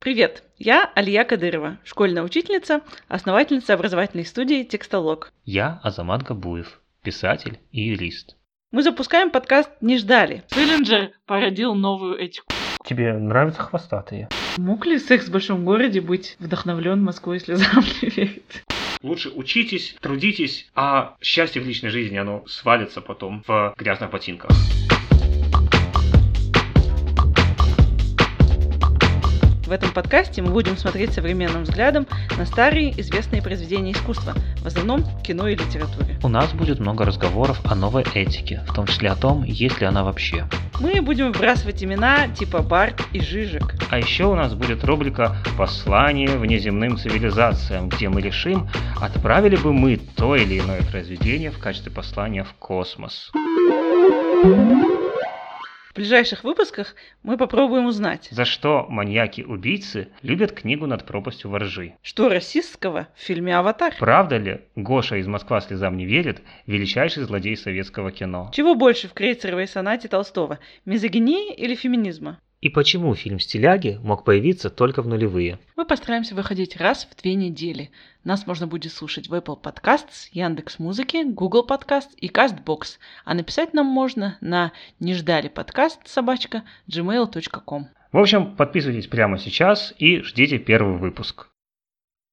Привет, я Алия Кадырова, школьная учительница, основательница образовательной студии «Текстолог». Я Азамат Габуев, писатель и юрист. Мы запускаем подкаст «Не ждали». Силлинджер породил новую этику. Тебе нравятся хвостатые? Мог ли секс в большом городе быть вдохновлен Москвой слезам не верит? Лучше учитесь, трудитесь, а счастье в личной жизни, оно свалится потом в грязных ботинках. В этом подкасте мы будем смотреть современным взглядом на старые известные произведения искусства, в основном в кино и литературе. У нас будет много разговоров о новой этике, в том числе о том, есть ли она вообще. Мы будем вбрасывать имена типа Барт и Жижик. А еще у нас будет рубрика «Послание внеземным цивилизациям», где мы решим, отправили бы мы то или иное произведение в качестве послания в космос. В ближайших выпусках мы попробуем узнать, За что маньяки-убийцы любят книгу «Над пропастью воржи». что расистского в фильме «Аватар». Правда ли Гоша из «Москва слезам не верит» величайший злодей советского кино? Чего больше в крейцеровой сонате Толстого – мизогинии или феминизма? И почему фильм «Стиляги» мог появиться только в нулевые? Мы постараемся выходить раз в две недели. Нас можно будет слушать в Apple Podcasts, Яндекс.Музыки, Google Podcasts и CastBox. А написать нам можно на не ждали подкаст собачка gmail.com. В общем, подписывайтесь прямо сейчас и ждите первый выпуск.